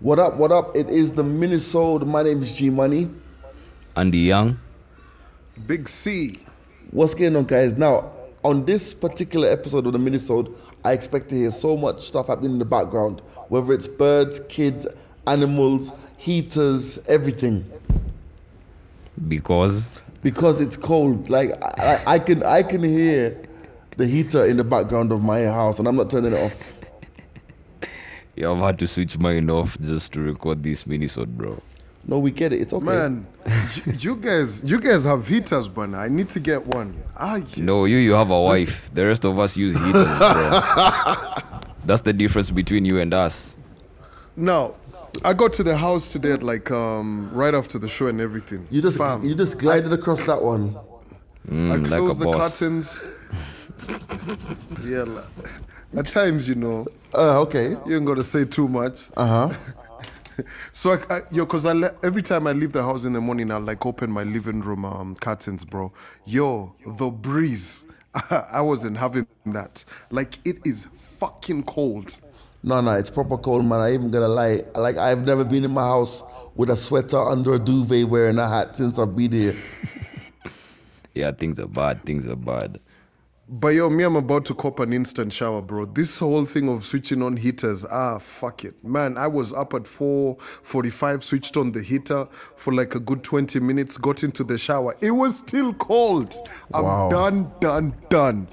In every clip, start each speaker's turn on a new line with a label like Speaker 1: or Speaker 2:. Speaker 1: What up, what up? It is the Minnesota. My name is G Money.
Speaker 2: Andy Young.
Speaker 3: Big C.
Speaker 1: What's going on, guys? Now, on this particular episode of the Minnesota, I expect to hear so much stuff happening in the background, whether it's birds, kids, animals, heaters, everything.
Speaker 2: Because
Speaker 1: Because it's cold. Like I, I I can I can hear the heater in the background of my house and I'm not turning it off.
Speaker 2: yeah, I've had to switch mine off just to record this minisode, bro.
Speaker 1: No, we get it. It's okay.
Speaker 3: Man, you, you guys, you guys have heaters, but I need to get one. Ah, yeah.
Speaker 2: No, you you have a wife. The rest of us use heaters, bro. That's the difference between you and us.
Speaker 3: Now, I got to the house today at like um right after the show and everything.
Speaker 1: You just
Speaker 3: Fam,
Speaker 1: you just glided across that one.
Speaker 3: I
Speaker 2: Mm, like a
Speaker 3: closed the
Speaker 2: boss.
Speaker 3: curtains. yeah, la- at times you know
Speaker 1: Uh, okay.
Speaker 3: you ain't gotta say too much.
Speaker 1: Uh huh.
Speaker 3: So I, I yo, cause I le- every time I leave the house in the morning, I like open my living room um, curtains, bro. Yo, the breeze. I wasn't having that. Like it is fucking cold.
Speaker 1: No, no, it's proper cold, man. I even gonna lie. Like I've never been in my house with a sweater under a duvet wearing a hat since I've been here.
Speaker 2: Yeah, things are bad. Things are bad.
Speaker 3: But yo, me, I'm about to cop an instant shower, bro. This whole thing of switching on heaters, ah, fuck it, man. I was up at 4:45, switched on the heater for like a good 20 minutes, got into the shower. It was still cold. I'm
Speaker 1: Wow.
Speaker 3: done, done, done.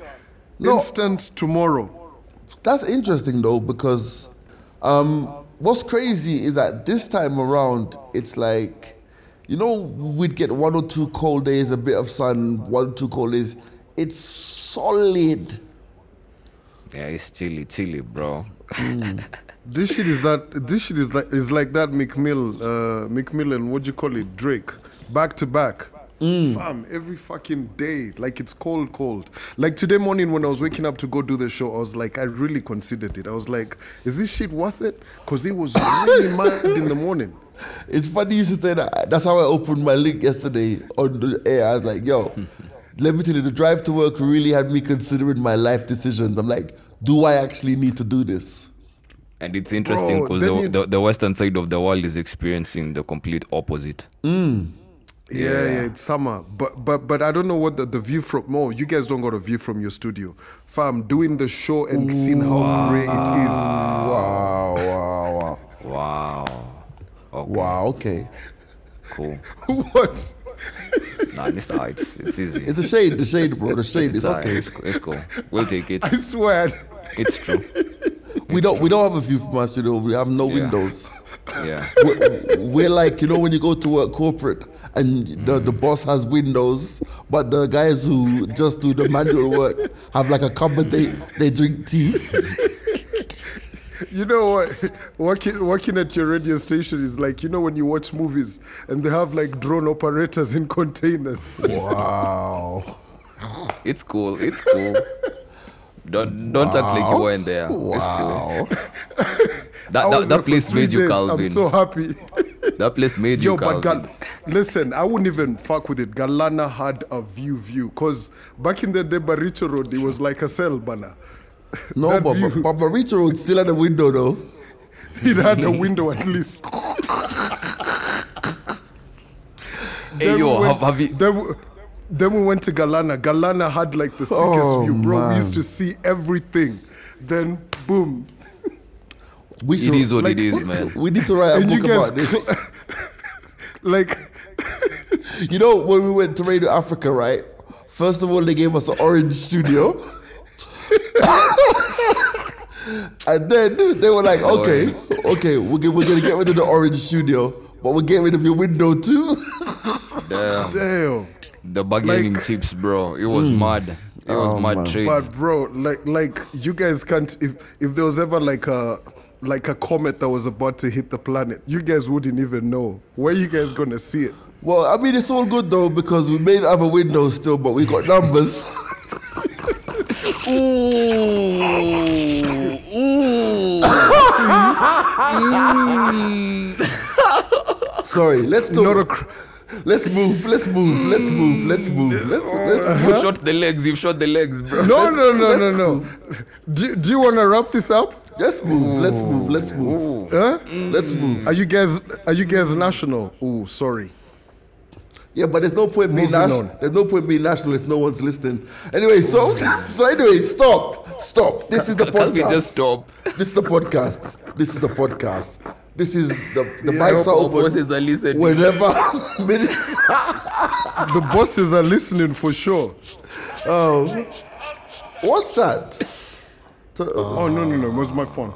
Speaker 1: No.
Speaker 3: Instant tomorrow.
Speaker 1: That's interesting though, because um, what's crazy is that this time around, it's like, you know, we'd get one or two cold days, a bit of sun, one or two cold days. It's solid.
Speaker 2: Yeah, it's chilly, chilly, bro.
Speaker 3: This shit is that. This shit is like is like that McMill, uh, McMill and what do you call it, Drake, back to back.
Speaker 1: Mm.
Speaker 3: Fam, every fucking day, like it's cold, cold. Like today morning when I was waking up to go do the show, I was like, I really considered it. I was like, is this shit worth it? Cause it was really mad in the morning.
Speaker 1: It's funny you should say that. That's how I opened my link yesterday on the air. I was like, yo, let me tell you, the drive to work really had me considering my life decisions. I'm like, do I actually need to do this?
Speaker 2: And it's interesting
Speaker 3: Bro,
Speaker 2: because
Speaker 3: then
Speaker 2: the,
Speaker 3: you-
Speaker 2: the the western side of the world is experiencing the complete opposite.
Speaker 3: Yeah, yeah, it's summer. But but but I don't know what the, the view from no, you guys don't got a view from your studio. Fam, doing the show and seeing how great it is.
Speaker 1: Wow, wow, wow.
Speaker 2: Wow. Okay,
Speaker 1: Wow, okay.
Speaker 2: cool.
Speaker 3: what?
Speaker 2: Nah, this ah, it's it's easy.
Speaker 1: It's a shade, the shade, bro. The shade is
Speaker 2: ah,
Speaker 1: okay.
Speaker 2: it's, it's cool. We'll take it.
Speaker 3: I swear.
Speaker 2: It's true.
Speaker 1: We don't we don't have a view from our studio. We have no
Speaker 2: Yeah.
Speaker 1: windows.
Speaker 2: Yeah.
Speaker 1: We're, we're like you know when you go to work corporate and the,
Speaker 2: Mm.
Speaker 1: the boss has windows, but the guys who just do the manual work have like a cupboard. They they drink tea.
Speaker 3: You know what? Working, working at your radio station is like, you know, when you watch movies and they have like drone operators in containers.
Speaker 1: Wow.
Speaker 2: It's cool. It's cool. Don't don't act like you weren't there. It's cool.
Speaker 1: Wow.
Speaker 2: That, that,
Speaker 3: I was there
Speaker 2: that
Speaker 3: for
Speaker 2: place
Speaker 3: three
Speaker 2: made you
Speaker 3: days.
Speaker 2: Calvin.
Speaker 3: I'm so happy.
Speaker 2: that place made you
Speaker 3: Yo, but
Speaker 2: Calvin.
Speaker 3: Gal- listen, I wouldn't even fuck with it. Galana had a view view because back in the day, Baricho Road, it was like a cell banner.
Speaker 1: No,
Speaker 3: That
Speaker 1: but
Speaker 3: view.
Speaker 1: but Barbarita Road's still at the window though.
Speaker 3: It had a window at least.
Speaker 2: Hey
Speaker 3: Then
Speaker 2: yo,
Speaker 3: we
Speaker 2: have,
Speaker 3: went-
Speaker 2: have you?
Speaker 3: Then we, then we went to Galana. Galana had like the sickest
Speaker 1: Oh,
Speaker 3: view, bro. We
Speaker 1: man.
Speaker 3: used to see everything. Then boom,
Speaker 1: We
Speaker 2: It is what
Speaker 3: like-
Speaker 2: it is, man.
Speaker 1: we need to write a
Speaker 3: And you
Speaker 1: book
Speaker 3: guys
Speaker 1: about this.
Speaker 3: like
Speaker 1: You know, when we went to Radio Africa, right? First of all, they gave us an orange studio. and then they were like, okay, okay, we're, g- we're going to get rid of the orange studio, but we'll get rid of your window too.
Speaker 2: Damn,
Speaker 3: damn.
Speaker 2: the bargaining
Speaker 3: Like- Hmm.
Speaker 2: chips, bro. It was mad. It was
Speaker 1: Oh,
Speaker 2: mad
Speaker 1: man.
Speaker 2: trades.
Speaker 3: But bro, like like you guys can't if if there was ever like a like a comet that was about to hit the planet, you guys wouldn't even know. Where you guys gonna see it?
Speaker 1: well, I mean, it's all good though, because we made other windows still, but we got numbers. Sorry, let's
Speaker 3: Not
Speaker 1: talk.
Speaker 3: a cr-
Speaker 1: Let's move, let's move, let's move, let's move. Let's, let's,
Speaker 2: you shot the legs. You shot the legs, bro.
Speaker 3: no no no no no. Do, do you wanna wrap this up?
Speaker 1: Let's move. Let's move. Let's move.
Speaker 3: Huh?
Speaker 1: Let's move.
Speaker 3: Are you guys are you guys national? Oh, sorry.
Speaker 1: Yeah, but there's no point being
Speaker 3: Moving
Speaker 1: national.
Speaker 3: on.
Speaker 1: There's no point being national if no one's listening. Anyway, so so anyway, stop, stop. This is the podcast.
Speaker 2: Can't we just stop?
Speaker 1: This is the podcast. This is the podcast. This is the the
Speaker 3: Yeah, I
Speaker 1: mics
Speaker 3: hope
Speaker 1: are
Speaker 2: Our
Speaker 1: open.
Speaker 2: bosses are listening.
Speaker 1: Whenever minutes.
Speaker 3: The bosses are listening for sure.
Speaker 1: Um, what's that? So, uh,
Speaker 3: Oh no no no, it was my phone.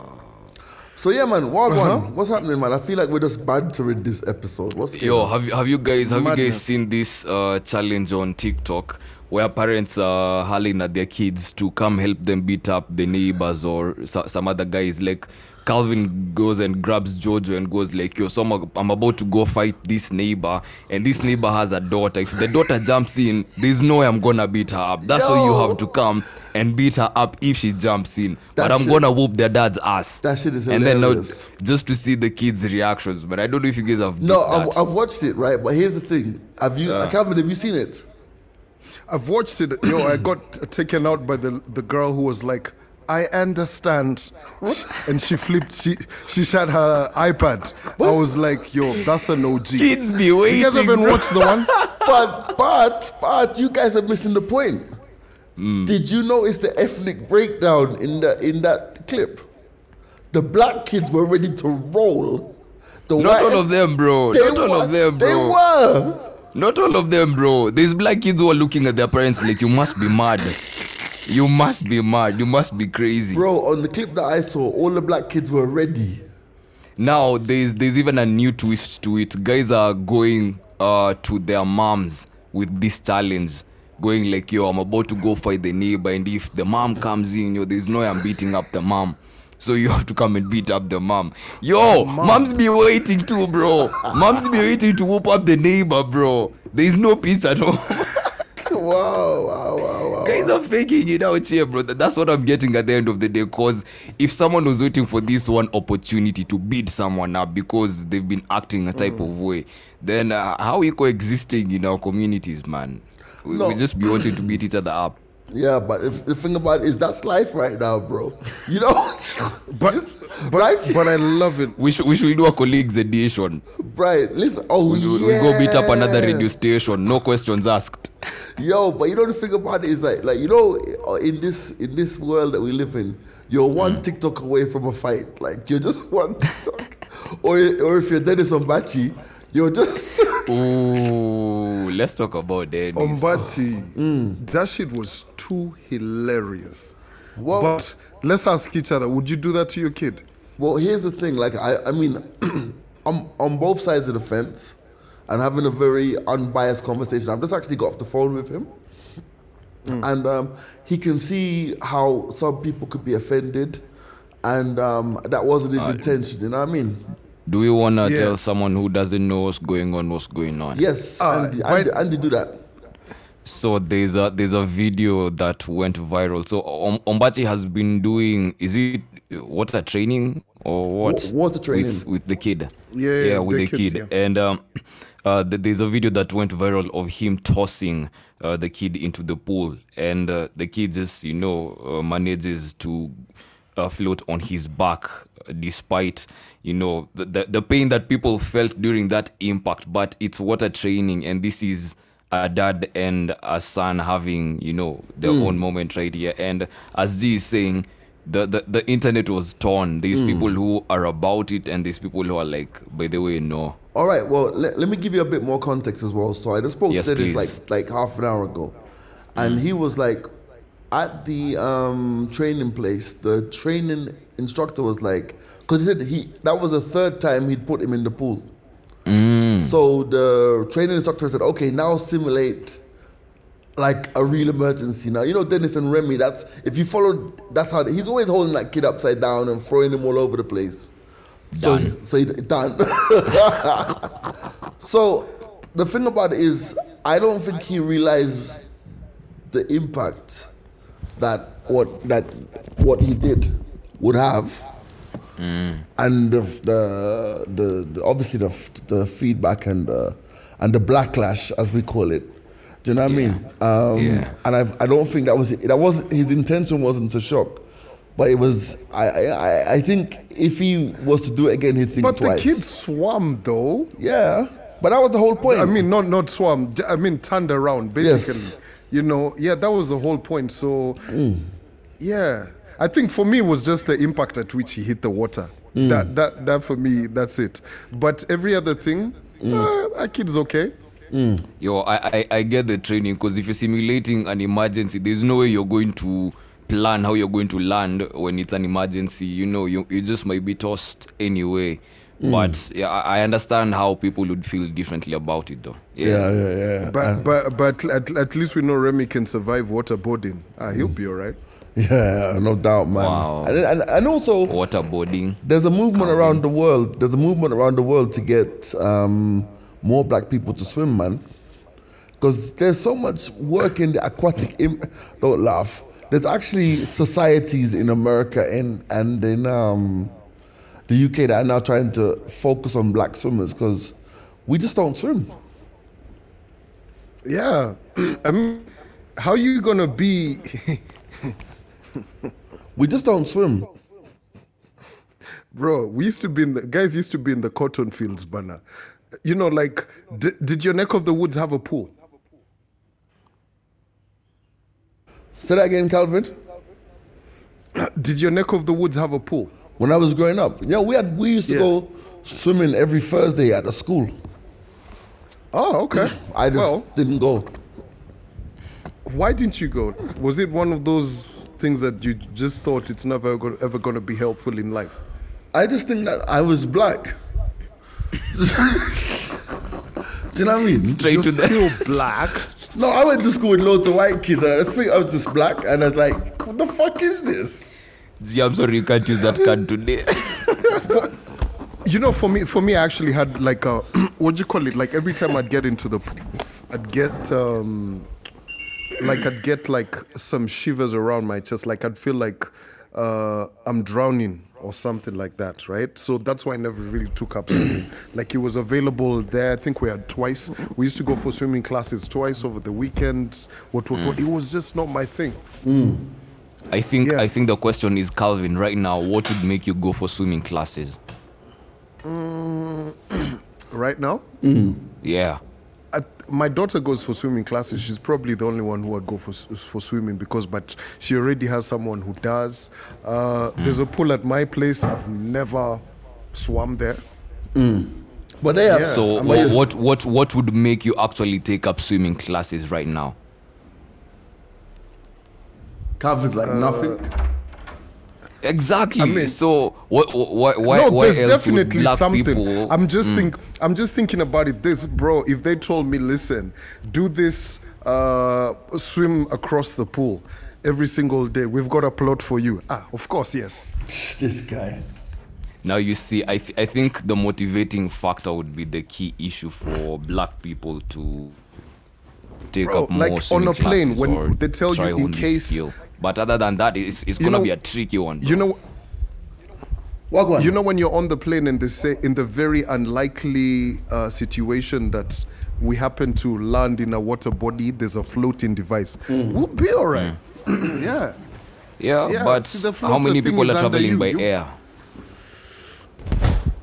Speaker 1: so yeah, man. Wild
Speaker 2: Uh-huh.
Speaker 1: one. What's happening, man? I feel like we're just bantering this episode. What's
Speaker 2: Yo, have you have you guys have you guys
Speaker 3: Madness.
Speaker 2: seen this uh, challenge on TikTok where parents are hollering at their kids to come help them beat up the neighbors or so, some other guys like Calvin goes and grabs Jojo and goes like, "Yo, so I'm, I'm about to go fight this neighbor, and this neighbor has a daughter. If the daughter jumps in, there's no way I'm gonna beat her up. That's why you
Speaker 1: Yo.
Speaker 2: have to come and beat her up if she jumps in.
Speaker 1: That
Speaker 2: but I'm
Speaker 1: shit-
Speaker 2: gonna whoop their dad's ass.
Speaker 1: That shit is
Speaker 2: and then now,
Speaker 1: hilarious.
Speaker 2: just to see the kids' reactions. But I don't know if you guys have
Speaker 1: No,
Speaker 2: beat
Speaker 1: I've,
Speaker 2: that.
Speaker 1: I've watched it, right? But here's the thing. Have you, Calvin, have you seen it?
Speaker 3: I've watched it. Yo, I got taken out by the the girl who was like, I understand. And she flipped, she she shut her iPad. I was like, yo, that's an OG.
Speaker 2: Kids be
Speaker 3: You guys
Speaker 2: waiting,
Speaker 3: haven't
Speaker 2: bro.
Speaker 3: watched the one?
Speaker 1: But, but, but, you guys are missing the point.
Speaker 2: Hmm.
Speaker 1: Did you notice the ethnic breakdown in, the, in that clip? The black kids were ready to roll. The
Speaker 2: Not
Speaker 1: white-
Speaker 2: all of them, bro.
Speaker 1: They
Speaker 2: Not all
Speaker 1: were-
Speaker 2: of them,
Speaker 1: They
Speaker 2: bro.
Speaker 1: were.
Speaker 2: Not all of them, bro. These black kids who are looking at their parents like, you must be mad. You must be mad. You must be crazy.
Speaker 1: Bro, on the clip that I saw, all the black kids were ready.
Speaker 2: Now there's there's even a new twist to it. Guys are going uh to their moms with this challenge. Going like, yo, I'm about to go fight the neighbor, and if the mom comes in, yo, there's no way I'm beating up the mom. So you have to come and beat up the mom. Yo, moms be waiting too, bro. Moms be waiting to whoop up the neighbor, bro. There's no peace at all.
Speaker 1: Wow, wow, wow, wow.
Speaker 2: Guys are faking it out here, bro. Th- That's what I'm getting at the end of the day. Cause if someone was waiting for this one opportunity to beat someone up because they've been acting a type of way, then uh, how are we coexisting in our communities, man? We,
Speaker 1: No.
Speaker 2: we just be wanting to beat each other up.
Speaker 1: Yeah, but if, the thing about it is that's life right now, bro. You know,
Speaker 3: But
Speaker 1: Black-
Speaker 3: but I love it.
Speaker 2: We should we should do a colleagues edition.
Speaker 1: Right, listen. Oh,
Speaker 2: We,
Speaker 1: yeah.
Speaker 2: we go beat up another radio station. No questions asked.
Speaker 1: Yo, but you know the thing about it is like, like you know, uh, in this in this world that we live in, you're one TikTok away from a fight. Like you're just one TikTok, or or if you're Dennis Ombachi, you're just
Speaker 2: Ooh, let's talk about that.
Speaker 1: Um,
Speaker 3: Ombati, that shit was too hilarious.
Speaker 1: Well-
Speaker 3: but let's ask each other, would you do that to your kid?
Speaker 1: Well, here's the thing. Like, I, I mean, I'm on both sides of the fence and having a very unbiased conversation. I've just actually got off the phone with him. And um, he can see how some people could be offended. And um, that wasn't his intention, you know what I mean?
Speaker 2: Do we wanna
Speaker 3: Yeah.
Speaker 2: tell someone who doesn't know what's going on what's going on?
Speaker 1: Yes,
Speaker 3: Uh,
Speaker 1: Andy,
Speaker 3: why-
Speaker 1: Andy, Andy, do that.
Speaker 2: So there's a there's a video that went viral. So Om- Ombachi has been doing is it what's a training or what?
Speaker 1: Wa- water training.
Speaker 2: with, with the kid.
Speaker 3: Yeah, yeah,
Speaker 2: yeah, with the,
Speaker 3: the kids,
Speaker 2: kid. And um, uh, th- there's a video that went viral of him tossing uh, the kid into the pool, and uh, the kid just you know uh, manages to uh, float on his back uh, despite you know the, the the pain that people felt during that impact. But it's water training, and this is a dad and a son having you know their own moment right here. And as Z is saying the, the the internet was torn. These people who are about it, and these people who are like, by the way, no.
Speaker 1: All right, well, let, let me give you a bit more context as well. So I just spoke
Speaker 2: Yes,
Speaker 1: to
Speaker 2: please.
Speaker 1: Dennis like, like half an hour ago, and he was like, at the um, training place, the training instructor was like, because he said he that was the third time he'd put him in the pool.
Speaker 2: Mm.
Speaker 1: So the training instructor said, okay, now simulate like a real emergency. Now you know Dennis and Remy. That's if you follow. That's how he's always holding that kid upside down and throwing him all over the place.
Speaker 2: Done.
Speaker 1: So so he, done. so the thing about it is, I don't think he realized the impact that what that what he did would have
Speaker 2: Mm.
Speaker 1: and the, the, the, the obviously the, the feedback and the, and the blacklash as we call it. Do you know what I mean? Um,
Speaker 2: Yeah.
Speaker 1: And I've, I don't think that was that was his intention wasn't to shock, But it was I, I I- I think if he was to do it again, he'd think
Speaker 3: But
Speaker 1: twice.
Speaker 3: the kid swam though.
Speaker 1: yeah, but that was the whole point.
Speaker 3: I mean, not not swam. j- I mean, turned around basically.
Speaker 1: Yes.
Speaker 3: You know, yeah, that was the whole point. So, yeah, I think for me it was just the impact at which he hit the water. That that that for me, that's it. But every other thing, uh, that kid's okay.
Speaker 2: Yo, I, I, I get the training because if you're simulating an emergency, there's no way you're going to plan how you're going to land when it's an emergency. You know, you, you just might be tossed anyway. But yeah, I I understand how people would feel differently about it, though.
Speaker 1: yeah, Uh, yeah, yeah.
Speaker 3: But but but at, at least we know Remy can survive waterboarding. Ah, he'll be all right.
Speaker 1: Yeah, no doubt, man.
Speaker 2: Wow.
Speaker 1: And, and and also
Speaker 2: Waterboarding.
Speaker 1: there's a movement around the world. There's a movement around the world to get um, more black people to swim, man. Because there's so much work in the aquatic. Im- don't laugh. There's actually societies in America and and in um, the UK that are now trying to focus on black swimmers because we just don't swim.
Speaker 3: Yeah, I mean, how you gonna be?
Speaker 1: We just don't swim.
Speaker 3: Bro, we used to be in the guys used to be in the cotton fields, banner. You know, like, d- did your neck of the woods have a pool?
Speaker 1: Say that again, Calvin.
Speaker 3: Did your neck of the woods have a pool?
Speaker 1: When I was growing up, yeah, we had we used to
Speaker 3: Yeah.
Speaker 1: go swimming every Thursday at the school.
Speaker 3: Oh, okay.
Speaker 1: I just
Speaker 3: well,
Speaker 1: didn't go.
Speaker 3: why didn't you go? Was it one of those things that you just thought it's never go- ever going to be helpful in life?
Speaker 1: I just think that I was black. Do you know what I mean?
Speaker 2: Straight
Speaker 3: You're
Speaker 2: to the.
Speaker 3: still black.
Speaker 1: No, I went to school with loads of white kids, and I just think I was just black, and I was like, "What the fuck is this?"
Speaker 2: Yeah, I'm sorry, you can't use that card today.
Speaker 3: You know, for me, for me, I actually had like a what do you call it? Like every time I'd get into the, pool, I'd get um, like I'd get like some shivers around my chest. Like I'd feel like uh, I'm drowning or something like that, right? So that's why I never really took up swimming. like it was available there. I think we had twice. We used to go for swimming classes twice over the weekend. What what what? It was just not my thing.
Speaker 2: I think
Speaker 3: Yeah.
Speaker 2: I think the question is Calvin right now. What would make you go for swimming classes?
Speaker 3: Right now,
Speaker 2: Yeah.
Speaker 3: I, my daughter goes for swimming classes. She's probably the only one who would go for s- for swimming because, but she already has someone who does. Uh, There's a
Speaker 2: Hmm.
Speaker 3: pool at my place. I've never swum there.
Speaker 1: But they have
Speaker 3: Yeah.
Speaker 2: So
Speaker 3: I
Speaker 2: wha-
Speaker 3: mean-
Speaker 2: what what what would make you actually take up swimming classes right now?
Speaker 1: Calvin's like nothing.
Speaker 2: Exactly.
Speaker 3: mean-
Speaker 2: so what why why,
Speaker 3: no,
Speaker 2: why
Speaker 3: there's
Speaker 2: else would
Speaker 3: definitely
Speaker 2: black
Speaker 3: something.
Speaker 2: people Hmm.
Speaker 3: I'm just think. I'm just thinking about it. This, bro. If they told me, listen, do this, uh, swim across the pool every single day. We've got a plot for you. Ah, of course, yes.
Speaker 1: This guy.
Speaker 2: now you see I th- I think the motivating factor would be the key issue for black people to take
Speaker 3: Bro,
Speaker 2: up more
Speaker 3: like on
Speaker 2: swimming
Speaker 3: a plane,
Speaker 2: classes
Speaker 3: when
Speaker 2: or
Speaker 3: they tell you
Speaker 2: try
Speaker 3: in
Speaker 2: on this
Speaker 3: case-
Speaker 2: skill. But other than that, it's, it's
Speaker 3: You
Speaker 2: gonna
Speaker 3: know-
Speaker 2: be a tricky one.
Speaker 3: You know.
Speaker 1: Wagwan.
Speaker 3: You know when you're on the plane and they say in the very unlikely uh, situation that we happen to land in a water body, there's a floating device.
Speaker 1: Hmm.
Speaker 3: We'll be all right. yeah.
Speaker 2: Yeah,
Speaker 3: Yeah,
Speaker 2: but
Speaker 3: see,
Speaker 2: how
Speaker 3: the floater
Speaker 2: many
Speaker 3: thing
Speaker 2: people
Speaker 3: is
Speaker 2: are
Speaker 3: under
Speaker 2: traveling
Speaker 3: you.
Speaker 2: by
Speaker 3: You-
Speaker 2: air?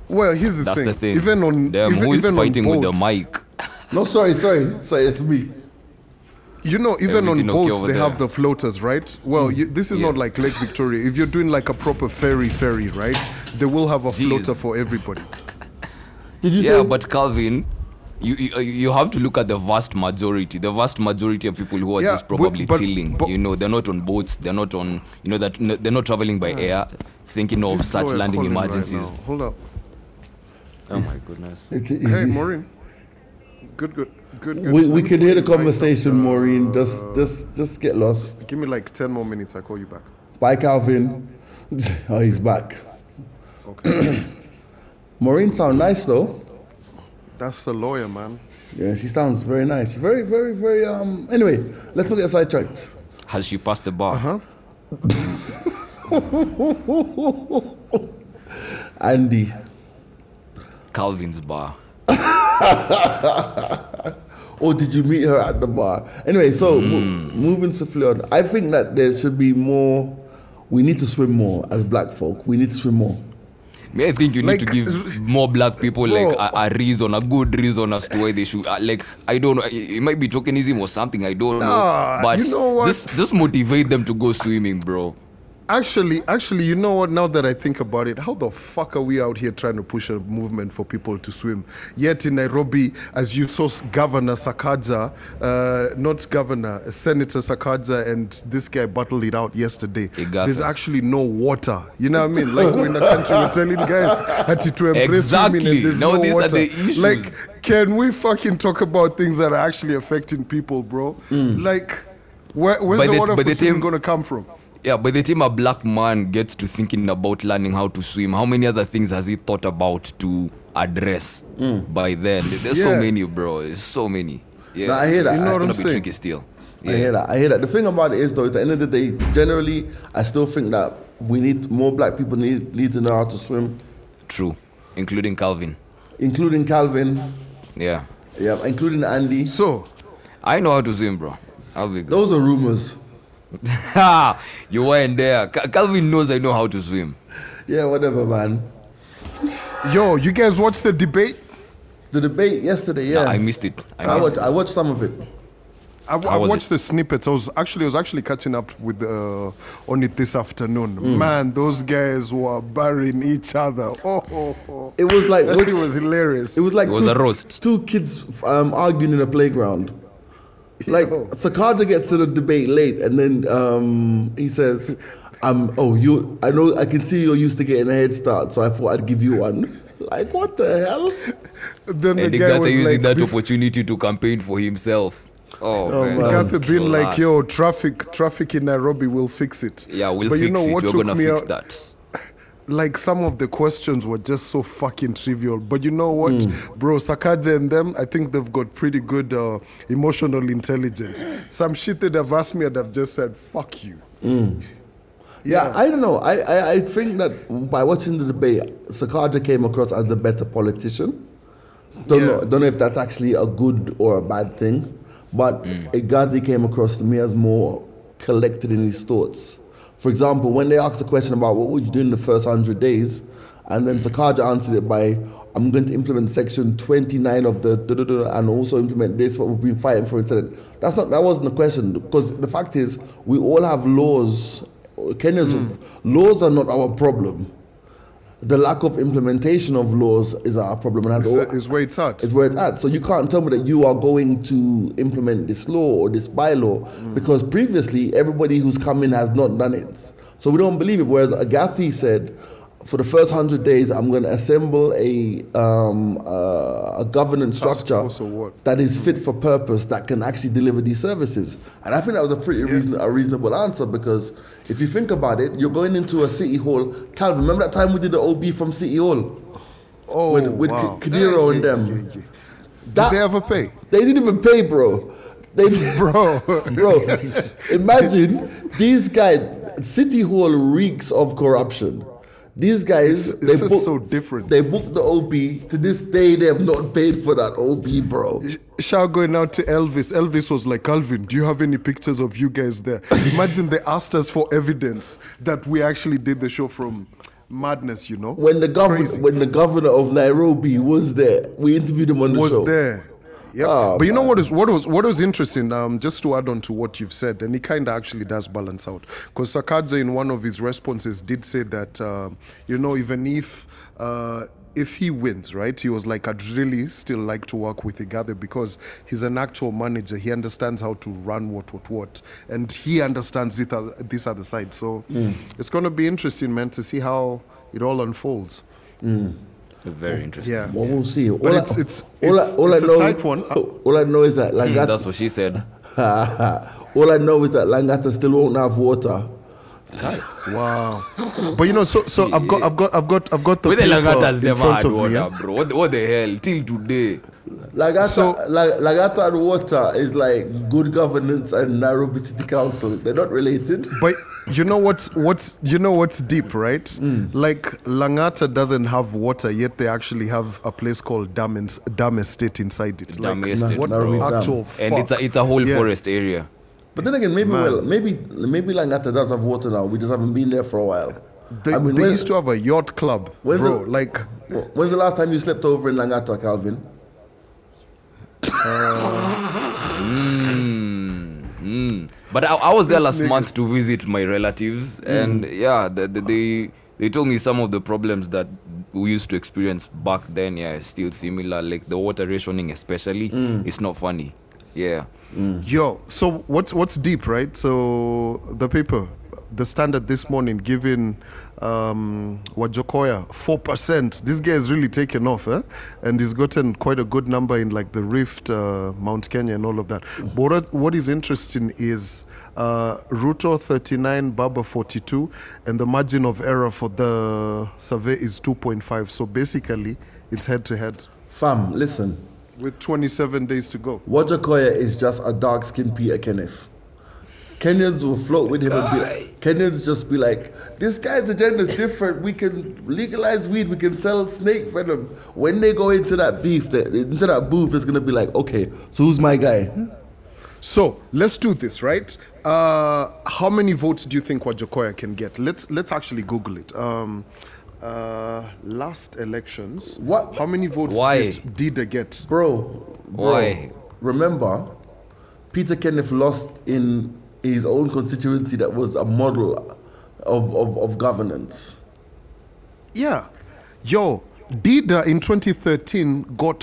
Speaker 3: Well, here's the
Speaker 2: That's
Speaker 3: thing.
Speaker 2: the thing.
Speaker 3: Even on
Speaker 2: Damn,
Speaker 3: even,
Speaker 2: who is
Speaker 3: even
Speaker 2: fighting
Speaker 3: on
Speaker 2: with
Speaker 3: boats,
Speaker 2: the mic?
Speaker 1: No, sorry, sorry, sorry. It's me.
Speaker 3: You know, even on
Speaker 2: Everything okay
Speaker 3: boats,
Speaker 2: over
Speaker 3: they
Speaker 2: there? Hmm.
Speaker 3: have the floaters, right? Well, you, this is
Speaker 2: Yeah.
Speaker 3: not like Lake Victoria. If you're doing like a proper ferry, ferry, right? They will have a
Speaker 2: Jeez.
Speaker 3: floater for everybody.
Speaker 1: Did you
Speaker 2: Yeah,
Speaker 1: say?
Speaker 2: but Calvin, you, you you have to look at the vast majority. The vast majority of people who are
Speaker 3: Yeah,
Speaker 2: just
Speaker 3: but-
Speaker 2: probably
Speaker 3: but-
Speaker 2: chilling.
Speaker 3: but-
Speaker 2: you know, they're not on boats. They're not on. You know that no, they're not traveling by air, thinking of
Speaker 3: This
Speaker 2: such
Speaker 3: lawyer
Speaker 2: landing
Speaker 3: calling right
Speaker 2: emergencies.
Speaker 3: now. Hold up.
Speaker 2: oh my goodness.
Speaker 1: It's
Speaker 3: Hey,
Speaker 1: easy.
Speaker 3: Maureen. Good, good, good, good.
Speaker 1: we we
Speaker 3: Let
Speaker 1: can
Speaker 3: me
Speaker 1: hear the
Speaker 3: put you right up.
Speaker 1: conversation, Maureen. Just just just get lost.
Speaker 3: Give me like 10 more minutes, I'll call you back.
Speaker 1: Bye, Calvin. Oh, he's back.
Speaker 3: Okay.
Speaker 1: Maureen sound nice though.
Speaker 3: That's the lawyer, man.
Speaker 1: Yeah, she sounds very nice. Very, very, very. Um. Anyway, let's not get sidetracked.
Speaker 2: Has she passed the bar?
Speaker 3: Uh-huh.
Speaker 1: Andy,
Speaker 2: Calvin's bar.
Speaker 1: oh, did you meet her at the bar? Anyway, so mo- moving swiftly on, I think that there should be more we need to swim more as black folk. We need to swim more.
Speaker 2: Me, I think you need to
Speaker 3: Like, uh,
Speaker 2: give more black people
Speaker 3: bro.
Speaker 2: like a, a reason, a good reason as to why they should. Uh, like I don't know, it it might be tokenism or something. I don't
Speaker 3: Nah,
Speaker 2: know, but
Speaker 3: you know what?
Speaker 2: just just motivate them to go swimming, bro.
Speaker 3: Actually, actually, you know what? Now that I think about it, how the fuck are we out here trying to push a movement for people to swim? Yet in Nairobi, as you saw, s- Governor Sakaja, uh, not Governor, Senator Sakaja, and this guy battled it out yesterday.
Speaker 2: Igata.
Speaker 3: There's actually no water. You know what I mean? Like we're in a country, we're telling guys that to embrace swimming
Speaker 2: Exactly.
Speaker 3: and there's
Speaker 2: Now
Speaker 3: no
Speaker 2: these are
Speaker 3: water.
Speaker 2: the issues.
Speaker 3: Like, can we fucking talk about things that are actually affecting people, bro?
Speaker 2: Mm.
Speaker 3: Like, where, where's
Speaker 2: By
Speaker 3: the,
Speaker 2: the-
Speaker 3: water
Speaker 2: by
Speaker 3: for
Speaker 2: the
Speaker 3: swimming
Speaker 2: time-
Speaker 3: going to come from?
Speaker 2: Yeah, by the time a black man gets to thinking about learning how to swim, how many other things has he thought about to address by then? There's so
Speaker 3: Mm. Yeah.
Speaker 2: many, bro. There's so many. Yeah,
Speaker 1: Nah, I hear that.
Speaker 2: It's,
Speaker 1: You know
Speaker 2: it's
Speaker 3: what
Speaker 2: gonna
Speaker 3: I'm
Speaker 2: be
Speaker 3: saying?
Speaker 2: tricky still.
Speaker 1: I hear that. I hear that. The thing about it is, though, at the end of the day, generally, I still think that we need more black people need, need to know how to swim,
Speaker 2: True, including Calvin.
Speaker 1: including Calvin,
Speaker 2: Yeah,
Speaker 1: yeah, including Andy.
Speaker 3: So,
Speaker 2: I know how to swim, bro. I'll be good.
Speaker 1: Those are rumors.
Speaker 2: Ha! you weren't there. Ca- Calvin knows I know how to swim.
Speaker 1: Yeah, whatever, man.
Speaker 3: Yo, you guys watch the debate?
Speaker 1: The debate yesterday, yeah.
Speaker 2: I missed it. I
Speaker 1: I
Speaker 2: missed
Speaker 1: watched, I watched some of it.
Speaker 3: I, I
Speaker 2: How was
Speaker 3: watched the snippets. I was actually I was actually catching up with uh, on it this afternoon.
Speaker 2: Mm.
Speaker 3: Man, those guys were burying each other. Oh, oh, oh.
Speaker 1: It was like
Speaker 3: that
Speaker 1: what-
Speaker 3: shit was hilarious.
Speaker 1: It was like
Speaker 2: It was
Speaker 1: two,
Speaker 2: a roast.
Speaker 1: two kids um, arguing in a playground. Like Sakaja gets to the debate late, and then um, he says, "I'm oh you. I know I can see you're used to getting a head start, so I thought I'd give you one." like what the hell?
Speaker 3: then
Speaker 2: And
Speaker 3: the guy
Speaker 2: Igata
Speaker 3: was
Speaker 2: using
Speaker 3: like,
Speaker 2: that
Speaker 3: bef-
Speaker 2: opportunity to campaign for himself. Oh, man.
Speaker 1: man.
Speaker 2: that would
Speaker 3: Igata being
Speaker 2: kill
Speaker 3: like,
Speaker 2: us.
Speaker 3: yo, traffic, traffic in Nairobi will fix it.
Speaker 2: Yeah, we'll
Speaker 3: but
Speaker 2: fix
Speaker 3: you know
Speaker 2: it.
Speaker 3: What
Speaker 2: We're
Speaker 3: took
Speaker 2: gonna
Speaker 3: me
Speaker 2: fix
Speaker 3: out,
Speaker 2: that.
Speaker 3: like some of the questions were just so fucking trivial. But you know what,
Speaker 1: Hmm.
Speaker 3: bro, Sakaja and them, I think they've got pretty good uh, emotional intelligence. Some shit that they've asked me, and I've just said, "Fuck you."
Speaker 1: Yeah, I don't know. I, I, I think that by watching the debate, Sakaja came across as the better politician. Don't know
Speaker 3: Yeah.
Speaker 1: don't know if that's actually a good or a bad thing, but Igadi came across to me as more collected in his thoughts. For example, when they asked the question about what would you do in the first hundred days, and then Sakaja answered it by, "I'm going to implement Section 29 of the da, da, da, da, and also implement this what we've been fighting for." Instead, that's not that wasn't the question because the fact is we all have laws. Kenya's laws are not our problem. The lack of implementation of laws is our problem, and has
Speaker 3: Is,
Speaker 1: al-
Speaker 3: is where it's at.
Speaker 1: is where it's at. So you can't tell me that you are going to implement this law or this bylaw because previously everybody who's come in has not done it. So we don't believe it. Whereas Agathi said, for the first hundred days, I'm going to assemble a um, uh, a governance structure
Speaker 3: force or what?
Speaker 1: that is fit for purpose that can actually deliver these services. And I think that was a pretty reason, a reasonable answer because if you think about it, you're going into a city hall. Calvin, remember that time we did the OB from City Hall?
Speaker 3: oh,
Speaker 1: with- with
Speaker 3: wow.
Speaker 1: Kidero and them. That-
Speaker 3: Did they ever pay?
Speaker 1: They didn't even pay, bro. They
Speaker 3: Bro.
Speaker 1: bro. Imagine these guys. City Hall reeks of corruption. These guys,
Speaker 3: It's- it's just so different.
Speaker 1: They booked the OP. To this day, they have not paid for that OP, bro.
Speaker 3: Shall going out to Elvis. Elvis was like, Calvin, do you have any pictures of you guys there? Imagine they asked us for evidence that we actually did the show from madness, you know?
Speaker 1: When the governor,
Speaker 3: Crazy.
Speaker 1: when the governor of Nairobi was there, we interviewed him on the
Speaker 3: was
Speaker 1: show.
Speaker 3: there. Yeah,
Speaker 1: Oh,
Speaker 3: but you know what is what was what was interesting. Um, just to add on to what you've said, and it kind of actually does balance out because Sakaja in one of his responses did say that um, you know even if uh, if he wins, right, he was like I'd really still like to work with Igade because he's an actual manager. He understands how to run what what what, and he understands this other, this other side. So
Speaker 1: Mm.
Speaker 3: it's going to be interesting, man, to see how it all unfolds.
Speaker 2: Very
Speaker 1: Oh,
Speaker 2: interesting.
Speaker 3: Yeah.
Speaker 1: Well, we'll see. All
Speaker 3: But it's- it's-
Speaker 1: all
Speaker 3: it's-
Speaker 1: I, all
Speaker 3: it's
Speaker 1: I
Speaker 3: a
Speaker 1: know,
Speaker 3: tight one.
Speaker 1: All I know is that like that.
Speaker 2: That's what she said.
Speaker 1: all I know is that Langata still won't have water.
Speaker 3: Wow. But you know, so so I've got I've got I've got I've got the
Speaker 2: Whether
Speaker 3: paper
Speaker 2: Langata's
Speaker 3: in
Speaker 2: never
Speaker 3: front
Speaker 2: had
Speaker 3: of me.
Speaker 2: water,
Speaker 3: yeah?
Speaker 2: bro. What the, what the hell? Till today.
Speaker 1: Lagata,
Speaker 3: So-
Speaker 1: La- Lagata and water is like good governance and Nairobi City Council. They're not related.
Speaker 3: But you know what's what's you know what's deep, right?
Speaker 1: Mm.
Speaker 3: Like Langata doesn't have water, yet they actually have a place called Dam in, Dam Estate inside it.
Speaker 2: Dam
Speaker 3: like,
Speaker 2: Estate,
Speaker 3: what
Speaker 1: bro.
Speaker 3: the actual
Speaker 2: And it's
Speaker 3: fuck?
Speaker 2: a it's a whole
Speaker 3: Yeah.
Speaker 2: forest area.
Speaker 1: But then again, maybe
Speaker 3: Man.
Speaker 1: well, maybe maybe Langata does have water now. We just haven't been there for a while.
Speaker 3: They,
Speaker 1: I mean,
Speaker 3: they
Speaker 1: when-
Speaker 3: used to have a yacht club,
Speaker 1: when's
Speaker 3: bro.
Speaker 1: the-
Speaker 3: Like
Speaker 1: When's the last time you slept over in Langata, Calvin?
Speaker 2: But I, I was there
Speaker 3: This
Speaker 2: last
Speaker 3: nigga-
Speaker 2: month to visit my relatives,
Speaker 1: Mm.
Speaker 2: and yeah, the, the, they they told me some of the problems that we used to experience back then. Yeah, is still similar. Like the water rationing, especially,
Speaker 1: Mm.
Speaker 2: it's not funny. Yeah,
Speaker 3: Yo, so what's what's deep, right? So the paper, the standard this morning giving um Wajokoya four percent. This guy is really taken off, eh? And he's gotten quite a good number in like the Rift, uh, Mount Kenya, and all of that. But what, what is interesting is uh, Ruto thirty nine, Baba forty two, and the margin of error for the survey is two point five. So basically, it's head to head
Speaker 1: Fam, listen.
Speaker 3: with twenty seven days to go.
Speaker 1: Roger Koya is just a dark skinned Peter Kenneth. Kenyans will float with him and be like, Kenyans just be like, this guy's agenda is different. We can legalize weed, we can sell snake venom. When they go into that beef, that into that booth, it's gonna be like, okay, so who's my guy?
Speaker 3: So let's do this, right? Uh, how many votes do you think Wajokoya can get? Let's let's actually Google it. Um, uh, last elections,
Speaker 1: What-
Speaker 3: How many votes
Speaker 2: Why?
Speaker 3: did Dida get?
Speaker 1: Bro, bro
Speaker 2: Oi.
Speaker 1: remember, Peter Kenneth lost in his own constituency that was a model of, of, of governance.
Speaker 3: Yeah, yo, Dida in 2013 got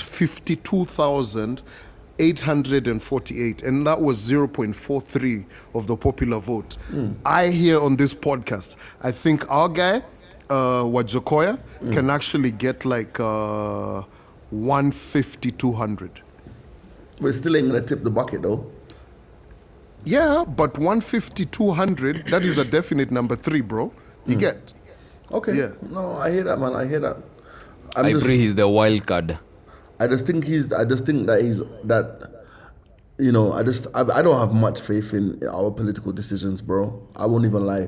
Speaker 3: 52,848, and that was 0.43 of the popular vote. I hear on this podcast, I think our guy, uh, Wajokoya, can actually get like uh, 150, 200.
Speaker 1: But it still ain't gonna tip the bucket though.
Speaker 3: Yeah, but 150, 200, that is a definite number three, bro. You get.
Speaker 1: Okay.
Speaker 3: Yeah.
Speaker 1: No, I hear that, man. I hear that. I'm
Speaker 2: I
Speaker 1: just,
Speaker 2: pray he's the wild card.
Speaker 1: I just think he's. I just think that he's that. You know, I just. I, I don't have much faith in our political decisions, bro. I won't even lie.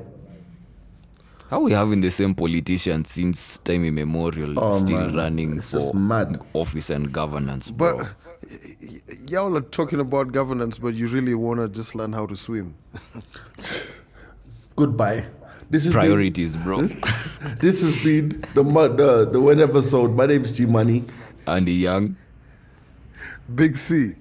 Speaker 2: How we having the same politician since time immemorial,
Speaker 1: Oh,
Speaker 2: still
Speaker 1: man.
Speaker 2: running
Speaker 1: It's
Speaker 2: for
Speaker 1: just mad.
Speaker 2: office and governance,
Speaker 3: But
Speaker 2: bro?
Speaker 3: y- y- y'all are talking about governance, but you really want to just learn how to swim.
Speaker 1: Goodbye. This is
Speaker 2: Priorities, bro.
Speaker 1: This has been the mud the the one episode. My name is G Money.
Speaker 2: Andy Young.
Speaker 3: Big C.